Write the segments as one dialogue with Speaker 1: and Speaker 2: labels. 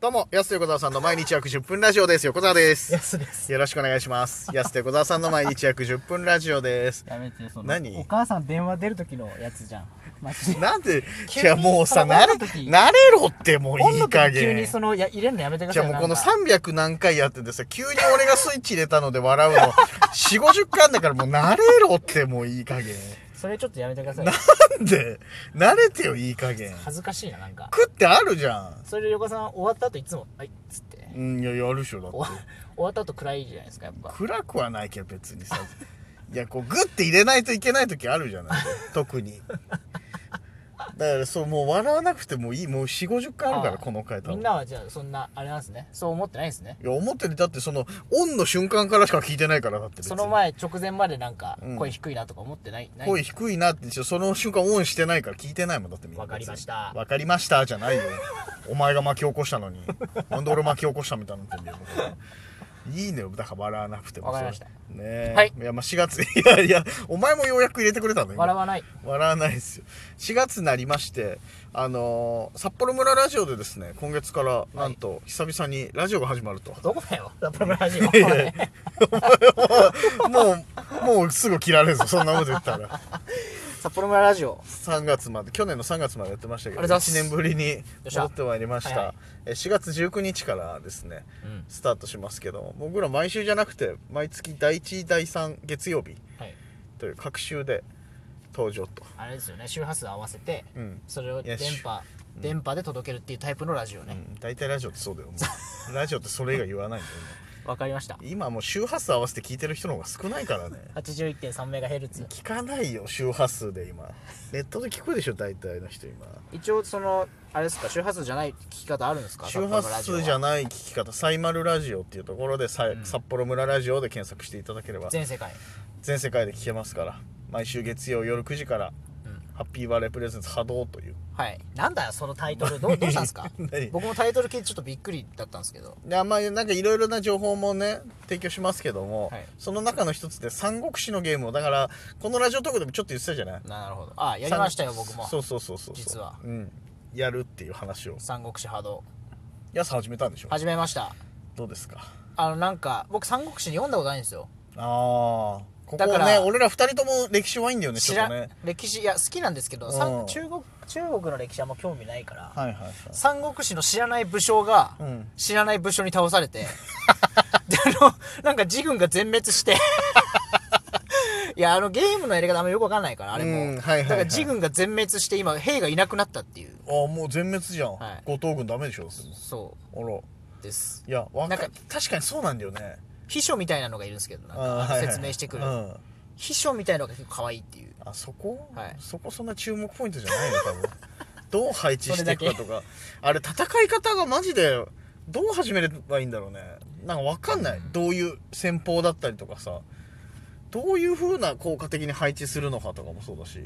Speaker 1: どうも、安手横澤さんの毎日約10分ラジオです。横澤です。
Speaker 2: 安です
Speaker 1: よろしくお願いします。 安手横澤さんの毎日約10分ラジオです。
Speaker 2: やめてその
Speaker 1: 何
Speaker 2: お母さん電話出る時のやつじゃんマジで
Speaker 1: なんで、
Speaker 2: 急
Speaker 1: い
Speaker 2: に
Speaker 1: やもうさ、慣れ、
Speaker 2: この時
Speaker 1: 慣れろっても ういい加
Speaker 2: 音楽急に
Speaker 1: 減。
Speaker 2: そのや入れるのやめてくだ
Speaker 1: じ
Speaker 2: さ
Speaker 1: ゃ
Speaker 2: い
Speaker 1: あもうこの
Speaker 2: なんか
Speaker 1: 300何回やっててさ、急に俺がスイッチ入れたので笑うの、4、50回だからもう慣れろってもういい加減。
Speaker 2: それちょっとやめてください
Speaker 1: なんで、慣れてよいい加減。
Speaker 2: 恥ずかしいななんか
Speaker 1: 食ってあるじゃん。
Speaker 2: それで横さん終わった後いつも「はい」っつって
Speaker 1: うん、いや、やるでしょ、だって
Speaker 2: お。終わった後暗いじゃないですかやっぱ
Speaker 1: 暗くはないけど別にさ いやこうグッて入れないといけない時あるじゃない 特にだからそうもう笑わなくてもいいもう4 5 0回あるか
Speaker 2: あ
Speaker 1: ら
Speaker 2: あ
Speaker 1: この回多
Speaker 2: み
Speaker 1: 分
Speaker 2: ん
Speaker 1: い
Speaker 2: なはじゃあそんなあれなんですねそう思ってないですね
Speaker 1: や思ってるだってそのオンの瞬間からしか聞いてないからだって別に
Speaker 2: その前直前までなんか
Speaker 1: うん
Speaker 2: 声低いなとか思ってない、ない
Speaker 1: 声低いなってその瞬間オンしてないから聞いてないもんだってみんな
Speaker 2: わかりました
Speaker 1: わかりましたじゃないよお前が巻き起こしたのに なんで俺巻き起こしたみたいになってんだよいいのよだから笑わなくても
Speaker 2: わかりました
Speaker 1: ねえ、
Speaker 2: はい
Speaker 1: やまあ4月い やいやお前もようやく入れてくれたの今
Speaker 2: 笑わない
Speaker 1: 笑わないですよ4月になりましてあのー札幌村ラジオでですね今月からなんと久々にラジオが始まると
Speaker 2: どこだよラプラジオ
Speaker 1: いや いもうもうすぐ切られるぞそんなこと言ったら
Speaker 2: 札幌村ラジオ
Speaker 1: 3月まで去年の3月までやってましたけど
Speaker 2: ありがとうございます
Speaker 1: 1年ぶりに
Speaker 2: っしゃ
Speaker 1: 戻ってまいりました
Speaker 2: はいはい
Speaker 1: え4月19日からですね
Speaker 2: うん
Speaker 1: スタートしますけど僕ら毎週じゃなくて毎月第1第3月曜日
Speaker 2: はい
Speaker 1: という各週で登場と、
Speaker 2: あれですよね周波数合わせて
Speaker 1: うん、
Speaker 2: それを
Speaker 1: いや
Speaker 2: 電波電波で届けるっていうタイプのラジオ
Speaker 1: う
Speaker 2: ね
Speaker 1: ん大体ラジオってそうだよも うラジオってそれ以外言わないんだよね
Speaker 2: わかりました
Speaker 1: 今もう周波数合わせて聞いてる人の方が少ないからね
Speaker 2: 81.3メガヘルツ
Speaker 1: 聞かないよ周波数で今ネットで聞くでしょ大体の人今
Speaker 2: 一応そのあれですか周波数じゃない聞き方あるんですか
Speaker 1: 周波数じゃ
Speaker 2: ない
Speaker 1: ない聞き方「サイマルラジオ」っていうところで、さい
Speaker 2: うん
Speaker 1: 札幌村ラジオで検索していただければ
Speaker 2: 全世界
Speaker 1: 全世界で聞けますから毎週月曜夜9時から
Speaker 2: うん
Speaker 1: 「ハッピーバレープレゼンツ波動」という
Speaker 2: はいなんだよそのタイトルどうどうしたんですか
Speaker 1: 何
Speaker 2: 僕もタイトル聞いてちょっとびっくりだったんですけど
Speaker 1: であんまりなんかいろいろな情報もね提供しますけども、
Speaker 2: はい
Speaker 1: その中の一つで「三国志」のゲームをだからこのラジオトークでもちょっと言ってたじゃない
Speaker 2: なるほどあやりましたよ僕も
Speaker 1: そうそうそうそうそう
Speaker 2: 実は
Speaker 1: うんやるっていう話を
Speaker 2: 三国志波動
Speaker 1: やす始めたんでしょ
Speaker 2: 始めました
Speaker 1: どうですか
Speaker 2: あのなんか僕三国志読んだことないんですよ
Speaker 1: ああここ
Speaker 2: だか
Speaker 1: ね
Speaker 2: ら
Speaker 1: 俺ら二人とも歴史弱いんだよねち
Speaker 2: 知
Speaker 1: ょっ
Speaker 2: ら
Speaker 1: とね
Speaker 2: 歴史いや好きなんですけどさ
Speaker 1: うん
Speaker 2: 中国中国の歴史あんま興味ないから
Speaker 1: はいはいはい
Speaker 2: 三国志の知らない武将が、
Speaker 1: うん
Speaker 2: 知らない武将に倒さ れてであのなんか自軍が全 滅していやあのゲームのやり方あんまよくわかんないからあれも、
Speaker 1: うんはいはいはい
Speaker 2: だから自軍が全滅して今兵がいなくなったっていう
Speaker 1: ああもう全滅じゃん、
Speaker 2: はい
Speaker 1: 後藤軍ダメでしょそれ
Speaker 2: そ
Speaker 1: あら
Speaker 2: うです
Speaker 1: いやわか
Speaker 2: なんか
Speaker 1: 確かにそうなんだよね
Speaker 2: 秘書みたいなのがいるんですけどなん
Speaker 1: あ
Speaker 2: か
Speaker 1: ーはいはい
Speaker 2: 説明してくる、
Speaker 1: うん、
Speaker 2: 秘書みたいなのが結構可愛いっていう
Speaker 1: あそこ、
Speaker 2: はい
Speaker 1: そこそんな注目ポイントじゃないの多 分どう配置していくか
Speaker 2: そ
Speaker 1: とかあれ戦い方がマジでどう始めればいいんだろうねなんかわかんない、どういう戦法だったりとかさどういう風な効果的に配置するのかとかもそうだし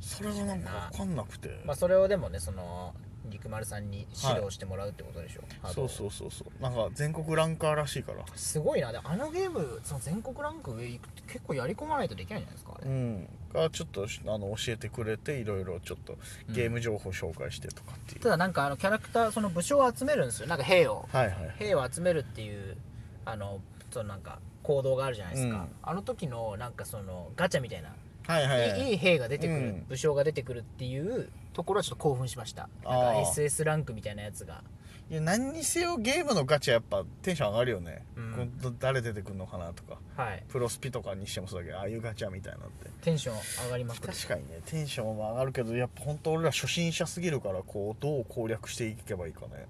Speaker 1: それがなんかわかんなくて、
Speaker 2: まあそれをでもねその肉丸さんに指導してもらうってことでしょ、あの
Speaker 1: そうそうそうそうなんか全国ランカーらしいから
Speaker 2: すごいなであのゲームその全国ランク上行くって結構やり込まないとできないんじゃないですかあ
Speaker 1: う
Speaker 2: れ
Speaker 1: んがちょっとあの教えてくれていろいろちょっとゲーム情報紹介してとかっていう、
Speaker 2: ただなんかあのキャラクターその武将を集めるんですよなんか兵を
Speaker 1: はいはい
Speaker 2: 兵を集めるっていうあのそのなんか行動があるじゃないですか、
Speaker 1: うん
Speaker 2: あの時のなんかそのガチャみたいな、
Speaker 1: はいはいはい
Speaker 2: いいい兵が出てくる、
Speaker 1: うん
Speaker 2: 武将が出てくるっていうところはちょっと興奮しましたなん
Speaker 1: あ
Speaker 2: か
Speaker 1: ー
Speaker 2: SS ランクみたいなやつが
Speaker 1: いや何にせよゲームのガチャやっぱテンション上がるよね、
Speaker 2: うん
Speaker 1: こど誰出てくるのかなとか
Speaker 2: はい
Speaker 1: プロスピとかにしてもそうだけどああいうガチャみたいなのって
Speaker 2: テンション上がりまくる
Speaker 1: 確かにねテンションも上がるけどやっぱ本当俺ら初心者すぎるからこうどう攻略していけばいいかね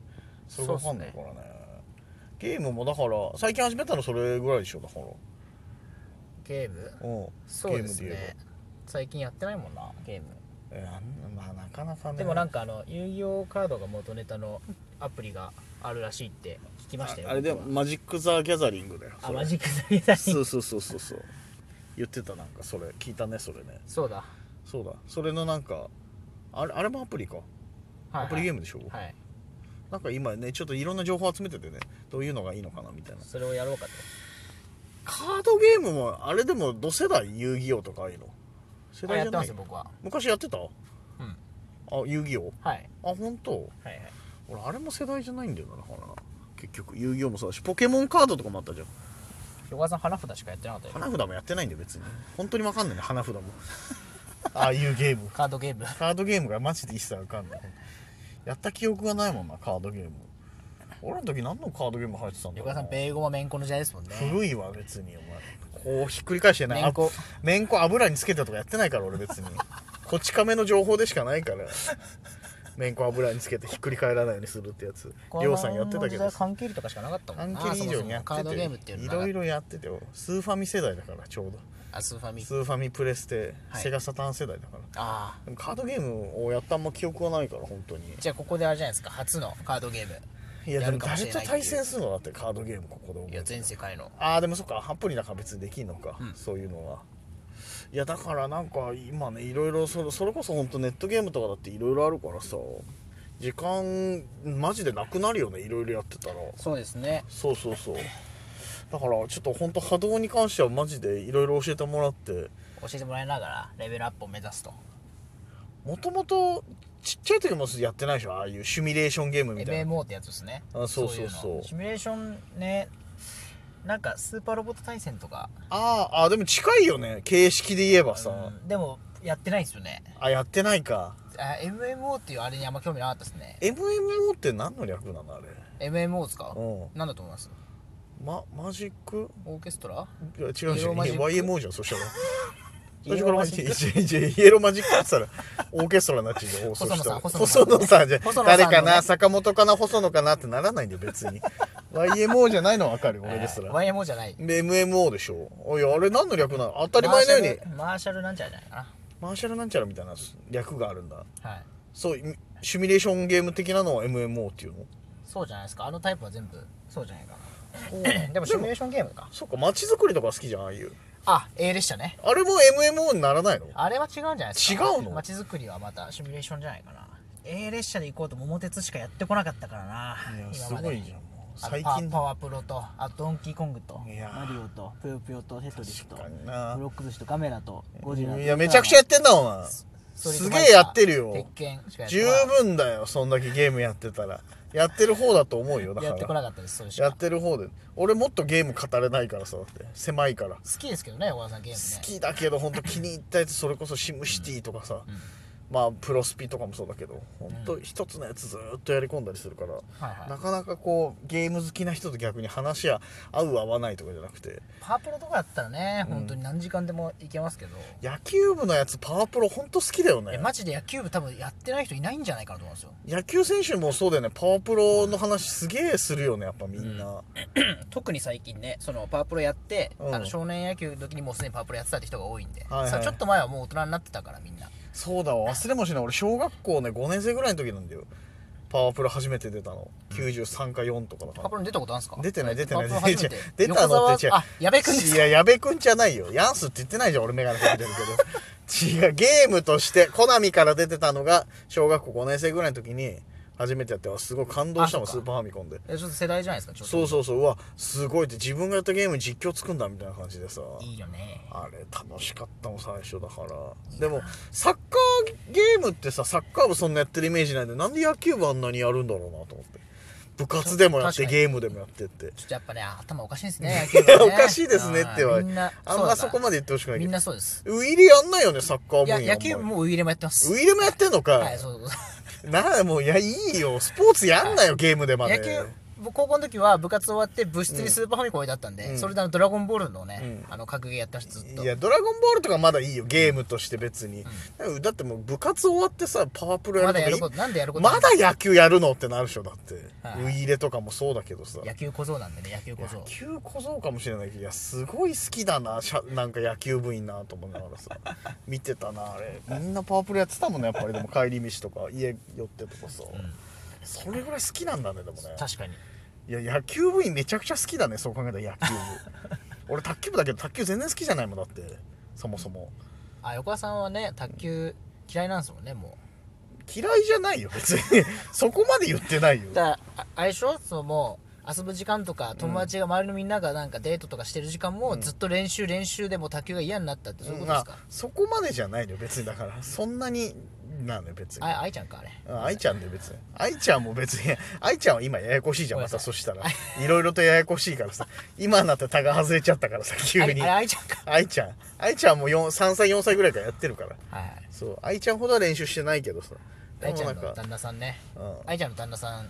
Speaker 1: それが分かんないからねゲームもだから最近始めたのそれぐらいでしょだから
Speaker 2: ゲーム
Speaker 1: うん
Speaker 2: そうです
Speaker 1: ゲームで
Speaker 2: ね最近やってないもんなゲーム
Speaker 1: 言えば、えーまあなかなかね
Speaker 2: でもなん
Speaker 1: か
Speaker 2: かあの遊戯王カードが元ネタのアプリがあるらしいって聞きましたよ
Speaker 1: ああれでもマジック・ザ・ギャザリングだよ
Speaker 2: あ
Speaker 1: それ
Speaker 2: マジックザリザリン
Speaker 1: そうそうそうそうそう言ってたなんかそれ聞いたねそれね
Speaker 2: そうだ、はい
Speaker 1: そうだそれのなんかあれあれもアプリか、
Speaker 2: はい
Speaker 1: アプリゲームでしょ、
Speaker 2: はい
Speaker 1: なんか今ねちょっといろんな情報集めててねどういうのがいいのかなみたいな
Speaker 2: それをやろうかと
Speaker 1: カードゲームもあれでもど世代遊戯王とかああいうの世
Speaker 2: あ
Speaker 1: 代じゃ
Speaker 2: やってま
Speaker 1: ない
Speaker 2: すよ僕は
Speaker 1: 昔やってた
Speaker 2: うん
Speaker 1: あ遊戯王
Speaker 2: はい
Speaker 1: あ本当
Speaker 2: はいはい
Speaker 1: あ俺あれも世代じゃないんだよなだからな結局遊戯王もそうだしポケモンカードとかもあったじゃん
Speaker 2: 横川さん花札しかやってなかったよ
Speaker 1: 花札もやってないんだよ別に本当に分かんないね花札も ああいうゲーム
Speaker 2: カードゲーム
Speaker 1: カードゲームがマジで一切分かんないやった記憶がないもんなカードゲーム俺の時何のカードゲーム入ってたんだ
Speaker 2: 横
Speaker 1: ろう
Speaker 2: 川さ
Speaker 1: なん
Speaker 2: 米語もめんこの時代ですもんね
Speaker 1: 古いわ別にお前こうひっくり返してない
Speaker 2: めんこ
Speaker 1: あめんこ油につけたとかやってないから俺別にこち亀の情報でしかないからめんこ油につけてひっくり返らないようにするってやつりょうさんやってたけど
Speaker 2: 関係とかしかなかったもん
Speaker 1: 半
Speaker 2: な
Speaker 1: 切り以上にやって
Speaker 2: そもそもカ
Speaker 1: て
Speaker 2: ードゲームっていうの
Speaker 1: い
Speaker 2: はな
Speaker 1: ろいろやっててスーファミ世代だからちょうど
Speaker 2: あスーファミ
Speaker 1: スーファミプレステ、
Speaker 2: はい
Speaker 1: セガサターン世代だから
Speaker 2: ああ
Speaker 1: でもカードゲームをやったあんま記憶がないから本当に
Speaker 2: じゃあここであれじゃないですか初のカードゲーム
Speaker 1: いやで
Speaker 2: やる
Speaker 1: も
Speaker 2: かもし
Speaker 1: 誰
Speaker 2: れ
Speaker 1: と
Speaker 2: ない
Speaker 1: 対
Speaker 2: っていう
Speaker 1: 戦するのだってカードゲームここで覚え
Speaker 2: い
Speaker 1: て
Speaker 2: や全世界の
Speaker 1: ああでもそっかアプリだから別にできんのか、
Speaker 2: うん
Speaker 1: そういうのはいやだからなんか今ねいろいろそれそれこそ本当ネットゲームとかだっていろいろあるからさ時間マジでなくなるよねいろいろやってたら
Speaker 2: そうですね
Speaker 1: そうそうそうだからちょっと本当波動に関してはマジでいろいろ教えてもらって
Speaker 2: 教えてもらいながらレベルアップを目指すと
Speaker 1: もともとちっちゃい時もやってないでしょああいうシミュレーションゲームみたいな
Speaker 2: MMO ってやつですね
Speaker 1: あそうそうそう
Speaker 2: いのシミュレーションねなんかスーパーロボット対戦とか
Speaker 1: あーあーでも近いよね形式で言えばさ、
Speaker 2: うんでもやってないんですよね
Speaker 1: あやってないか
Speaker 2: あ MMO っていうあれにあんま興味なかったですね
Speaker 1: MMO って何の略なのあれ
Speaker 2: MMO ですか
Speaker 1: う
Speaker 2: なんだと思います
Speaker 1: ま、マジック
Speaker 2: オーケストラ
Speaker 1: いや違うじゃん
Speaker 2: イエローマジック
Speaker 1: YMO じゃんそしたら
Speaker 2: イ
Speaker 1: 最
Speaker 2: エロー
Speaker 1: 初からマ
Speaker 2: マ
Speaker 1: ジ
Speaker 2: ジ
Speaker 1: ッ
Speaker 2: ッ
Speaker 1: ク
Speaker 2: ク
Speaker 1: イエローマジックって言ったらオーケストラになっちゃうよ
Speaker 2: 細野さん
Speaker 1: 細
Speaker 2: 細
Speaker 1: 野
Speaker 2: 野さん
Speaker 1: さんじゃ
Speaker 2: 細野さんの
Speaker 1: 誰
Speaker 2: ね
Speaker 1: かな坂本かな細野かなってならないんだよ別 に YMO じゃないのは分かるよ俺ですら
Speaker 2: えー YMO じゃない
Speaker 1: MMO でしょいやあれ何の略なの当たり前のように
Speaker 2: マーシャルマーシャルなんちゃらじゃないか
Speaker 1: マーシャルなんちゃらみたいな略があるんだ
Speaker 2: なはい
Speaker 1: そうシミュレーションゲーム的なのは MMO っていうの
Speaker 2: そうじゃないですかあのタイプは全部そうじゃないか
Speaker 1: そう
Speaker 2: なでもシミュレーションゲームか
Speaker 1: そっか街づくりとか好きじゃんああいう
Speaker 2: あ A 列車ね
Speaker 1: あれも MMO にならないの
Speaker 2: あれは違うんじゃないですか
Speaker 1: 違うの
Speaker 2: 街づくりはまたシミュレーションじゃないかな A 列車で行こうと桃鉄しかやってこなかったからない
Speaker 1: や
Speaker 2: 今
Speaker 1: す
Speaker 2: ま
Speaker 1: ご
Speaker 2: で
Speaker 1: いじゃんもう
Speaker 2: あと
Speaker 1: 最
Speaker 2: パ
Speaker 1: 近
Speaker 2: パワープロとあとドンキーコングと
Speaker 1: いやー
Speaker 2: マリオとぷよぷよとテトリスとブ
Speaker 1: 確かにな
Speaker 2: ロック寿司とガメラとゴジラと
Speaker 1: いやめちゃくちゃやってんだお前
Speaker 2: ストリー
Speaker 1: す
Speaker 2: ト
Speaker 1: げ
Speaker 2: ファイター
Speaker 1: えやってるよ
Speaker 2: 鉄拳しかやって
Speaker 1: 十
Speaker 2: こなかっ
Speaker 1: 分だよそんだけゲームやってたらやってる方だと思うよだから
Speaker 2: たやってこなかったですそういう人
Speaker 1: や
Speaker 2: は
Speaker 1: っ
Speaker 2: 好
Speaker 1: てる方で俺もっとゲーム語れないからさだって狭いから好
Speaker 2: きですけどね小川さんゲームね
Speaker 1: きだけど本当気に入ったやつそれこそシムシティとかさ、
Speaker 2: ん
Speaker 1: まあプロスピとかもそうだけど本当一つのやつずーっとやり込んだりするから、
Speaker 2: はいはい
Speaker 1: なかなかこうゲーム好きな人と逆に話や合う合わないとかじゃなくて
Speaker 2: パワープロとかだったらね本当に何時間でもいけますけど
Speaker 1: 野球部のやつパワープロ本当好きだよね
Speaker 2: えマジで野球部多分やってない人いないんじゃないかなと思うんですよ
Speaker 1: 野球選手もそうだよねパワープロの話すげえするよねやっぱみんな、
Speaker 2: 特に最近ねそのパワープロやって、
Speaker 1: うん
Speaker 2: あの少年野球の時にもうすでにパワープロやってたって人が多いんで、
Speaker 1: はいはい
Speaker 2: さちょっと前はもう大人になってたからみんな
Speaker 1: そうだわ忘れもしない俺小学校ね5年生ぐらいの時なんだよパワープロ初めて出たの93か4とかだか
Speaker 2: パワープ
Speaker 1: ら
Speaker 2: ロに出たことあるんですか
Speaker 1: 出てない出てない
Speaker 2: パワープロ初
Speaker 1: 出
Speaker 2: め
Speaker 1: てない出たのって
Speaker 2: 横澤あ矢部君です
Speaker 1: いや矢部くんじゃないよヤンスって言ってないじゃん俺メガネかけてるけ ど違うゲームとしてコナミから出てたのが小学校5年生ぐらいの時に初めてやってすごい感動したもん
Speaker 2: あ
Speaker 1: ス
Speaker 2: そ
Speaker 1: ー
Speaker 2: っか
Speaker 1: パーファミコンで
Speaker 2: えちょっと世代じゃないですかちょっと
Speaker 1: そうそうそううわすごいって自分がやったゲームに実況つくんだみたいな感じでさ
Speaker 2: いいよね
Speaker 1: あれ楽しかったもん最初だからでもサッカーゲームってさサッカー部そんなやってるイメージないんでなんで野球部あんなにやるんだろうなと思って部活でもやっ
Speaker 2: 確
Speaker 1: て
Speaker 2: かに
Speaker 1: ゲームでもやってって
Speaker 2: ちょっとやっぱね頭おかしいですね野球部はね
Speaker 1: おかしいですねっては
Speaker 2: あーみんな
Speaker 1: あんまそこまで言ってほしくない
Speaker 2: み
Speaker 1: け
Speaker 2: ん
Speaker 1: ど
Speaker 2: なそうです
Speaker 1: ウイリやんないよねサッカー
Speaker 2: い
Speaker 1: 部
Speaker 2: や
Speaker 1: 員
Speaker 2: 野球部もウイレもやってます
Speaker 1: ウイリもやってんのか、
Speaker 2: はいそうそうそう
Speaker 1: なあもういやいいよスポーツやんなよ、ゲームでまで
Speaker 2: 野球僕高校の時は部活終わって部室にスーパーファミコン置いてあったんで、それであのドラゴンボールのね、あの格ゲーやってましたずっと
Speaker 1: いやドラゴンボールとかまだいいよゲームとして別に、だってもう部活終わってさパワープロや
Speaker 2: ま
Speaker 1: るとかい
Speaker 2: だやることなんでやることな
Speaker 1: ま
Speaker 2: い
Speaker 1: だ野球やるのってなるでしょだって、
Speaker 2: はい
Speaker 1: ウイイレとかもそうだけどさ
Speaker 2: 野球小僧なんでね野球小僧
Speaker 1: 野球小僧かもしれないけどいやすごい好きだなしゃなんか野球部員なと思いながら さ見てたなあれみんなパワープロやってたもんねやっぱりでも帰り道とか家寄ってとかさ、それぐらい好きなんだねでもね
Speaker 2: 確かに
Speaker 1: いや野球部員めちゃくちゃ好きだねそう考えたら野球部 俺卓球部だけど卓球全然好きじゃないもんだってそもそも
Speaker 2: あ横田さんはね卓球嫌いなんですもんねも
Speaker 1: 嫌いじゃないよ別にそこまで言ってないよ
Speaker 2: うだからああれでしょそのもう遊ぶ時間とか友達が周りのみんながなんかデートとかしてる時間もずっと練習練習でもう卓球が嫌になったってそういうことですか
Speaker 1: うんあ、そこまでじゃないのよ別にだからそんなになのよ別に
Speaker 2: あ愛ちゃんかあれ
Speaker 1: うん愛ちゃんで別に愛ちゃんも別に愛ちゃんは今ややこしいじゃん
Speaker 2: ごめん
Speaker 1: ま
Speaker 2: なさ
Speaker 1: たそ
Speaker 2: い
Speaker 1: したらいろいろとややこしいからさ今になってタが外れちゃったからさ急
Speaker 2: あれ
Speaker 1: に
Speaker 2: あれ愛ちゃんか
Speaker 1: 愛ちゃん愛ちゃんも4 3歳4歳ぐらいからやってるから
Speaker 2: はいはい
Speaker 1: そう愛ちゃんほどは練習してないけどさ
Speaker 2: 愛ちゃん
Speaker 1: で
Speaker 2: の
Speaker 1: もなんか
Speaker 2: 旦那さんね
Speaker 1: うん
Speaker 2: 愛ちゃんの旦那さん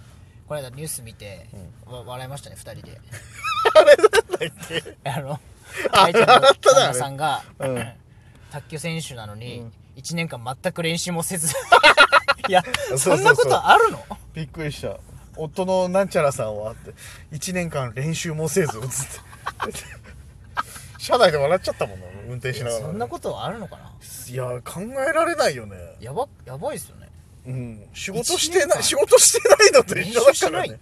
Speaker 2: この間ニュース見て、わ笑いましたね二 人で あれなんだっけあの愛ちゃんの
Speaker 1: あれ
Speaker 2: 旦
Speaker 1: だあれ
Speaker 2: 那さんが、
Speaker 1: うん
Speaker 2: 卓球選手なのに、一年間全く練習 もせずいや
Speaker 1: そうそうそ
Speaker 2: そ
Speaker 1: うん
Speaker 2: なことあるの
Speaker 1: びっくりした夫のなんちゃらさんはって1年間練習もせ ずつって車内で笑っちゃったもんな運転しながら
Speaker 2: そんなことはあるのかない
Speaker 1: や考えられないよね
Speaker 2: やばやばいっすよね
Speaker 1: うん仕事して
Speaker 2: 一年
Speaker 1: ない
Speaker 2: 間
Speaker 1: 仕事してないのと一緒
Speaker 2: 練習
Speaker 1: だ
Speaker 2: し
Speaker 1: から
Speaker 2: ない
Speaker 1: ね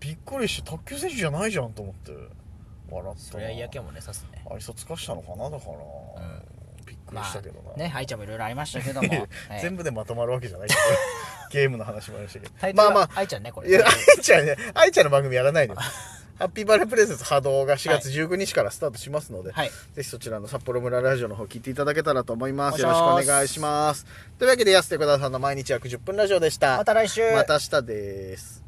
Speaker 1: びっくりして卓球選手じゃないじゃんと思って笑った
Speaker 2: そりゃ嫌気もねさすね
Speaker 1: 愛想つかしたのかなだから、びっくり
Speaker 2: ま
Speaker 1: したけどな、
Speaker 2: あね愛ちゃんもいろいろありましたけ ども、はい
Speaker 1: 全部でまとまるわけじゃ ないけどゲームの話もありましたけ
Speaker 2: タイ
Speaker 1: ど
Speaker 2: ト
Speaker 1: まあ
Speaker 2: ル
Speaker 1: ま
Speaker 2: は
Speaker 1: あ
Speaker 2: 愛ちゃんねこれ
Speaker 1: いや、愛ちゃんね、愛ちゃんの番組やらないの よ。ハッピーバレープレゼント波動が4月19日からスタートしますので、
Speaker 2: はい
Speaker 1: ぜひそちらの札幌村ラジオの方聞いていただけたらと思います。
Speaker 2: お
Speaker 1: よ
Speaker 2: 願
Speaker 1: ろし
Speaker 2: い
Speaker 1: く
Speaker 2: します
Speaker 1: お願いします。というわけで、安手小田さんの毎日約10分ラジオでした。
Speaker 2: また来週
Speaker 1: また明日です。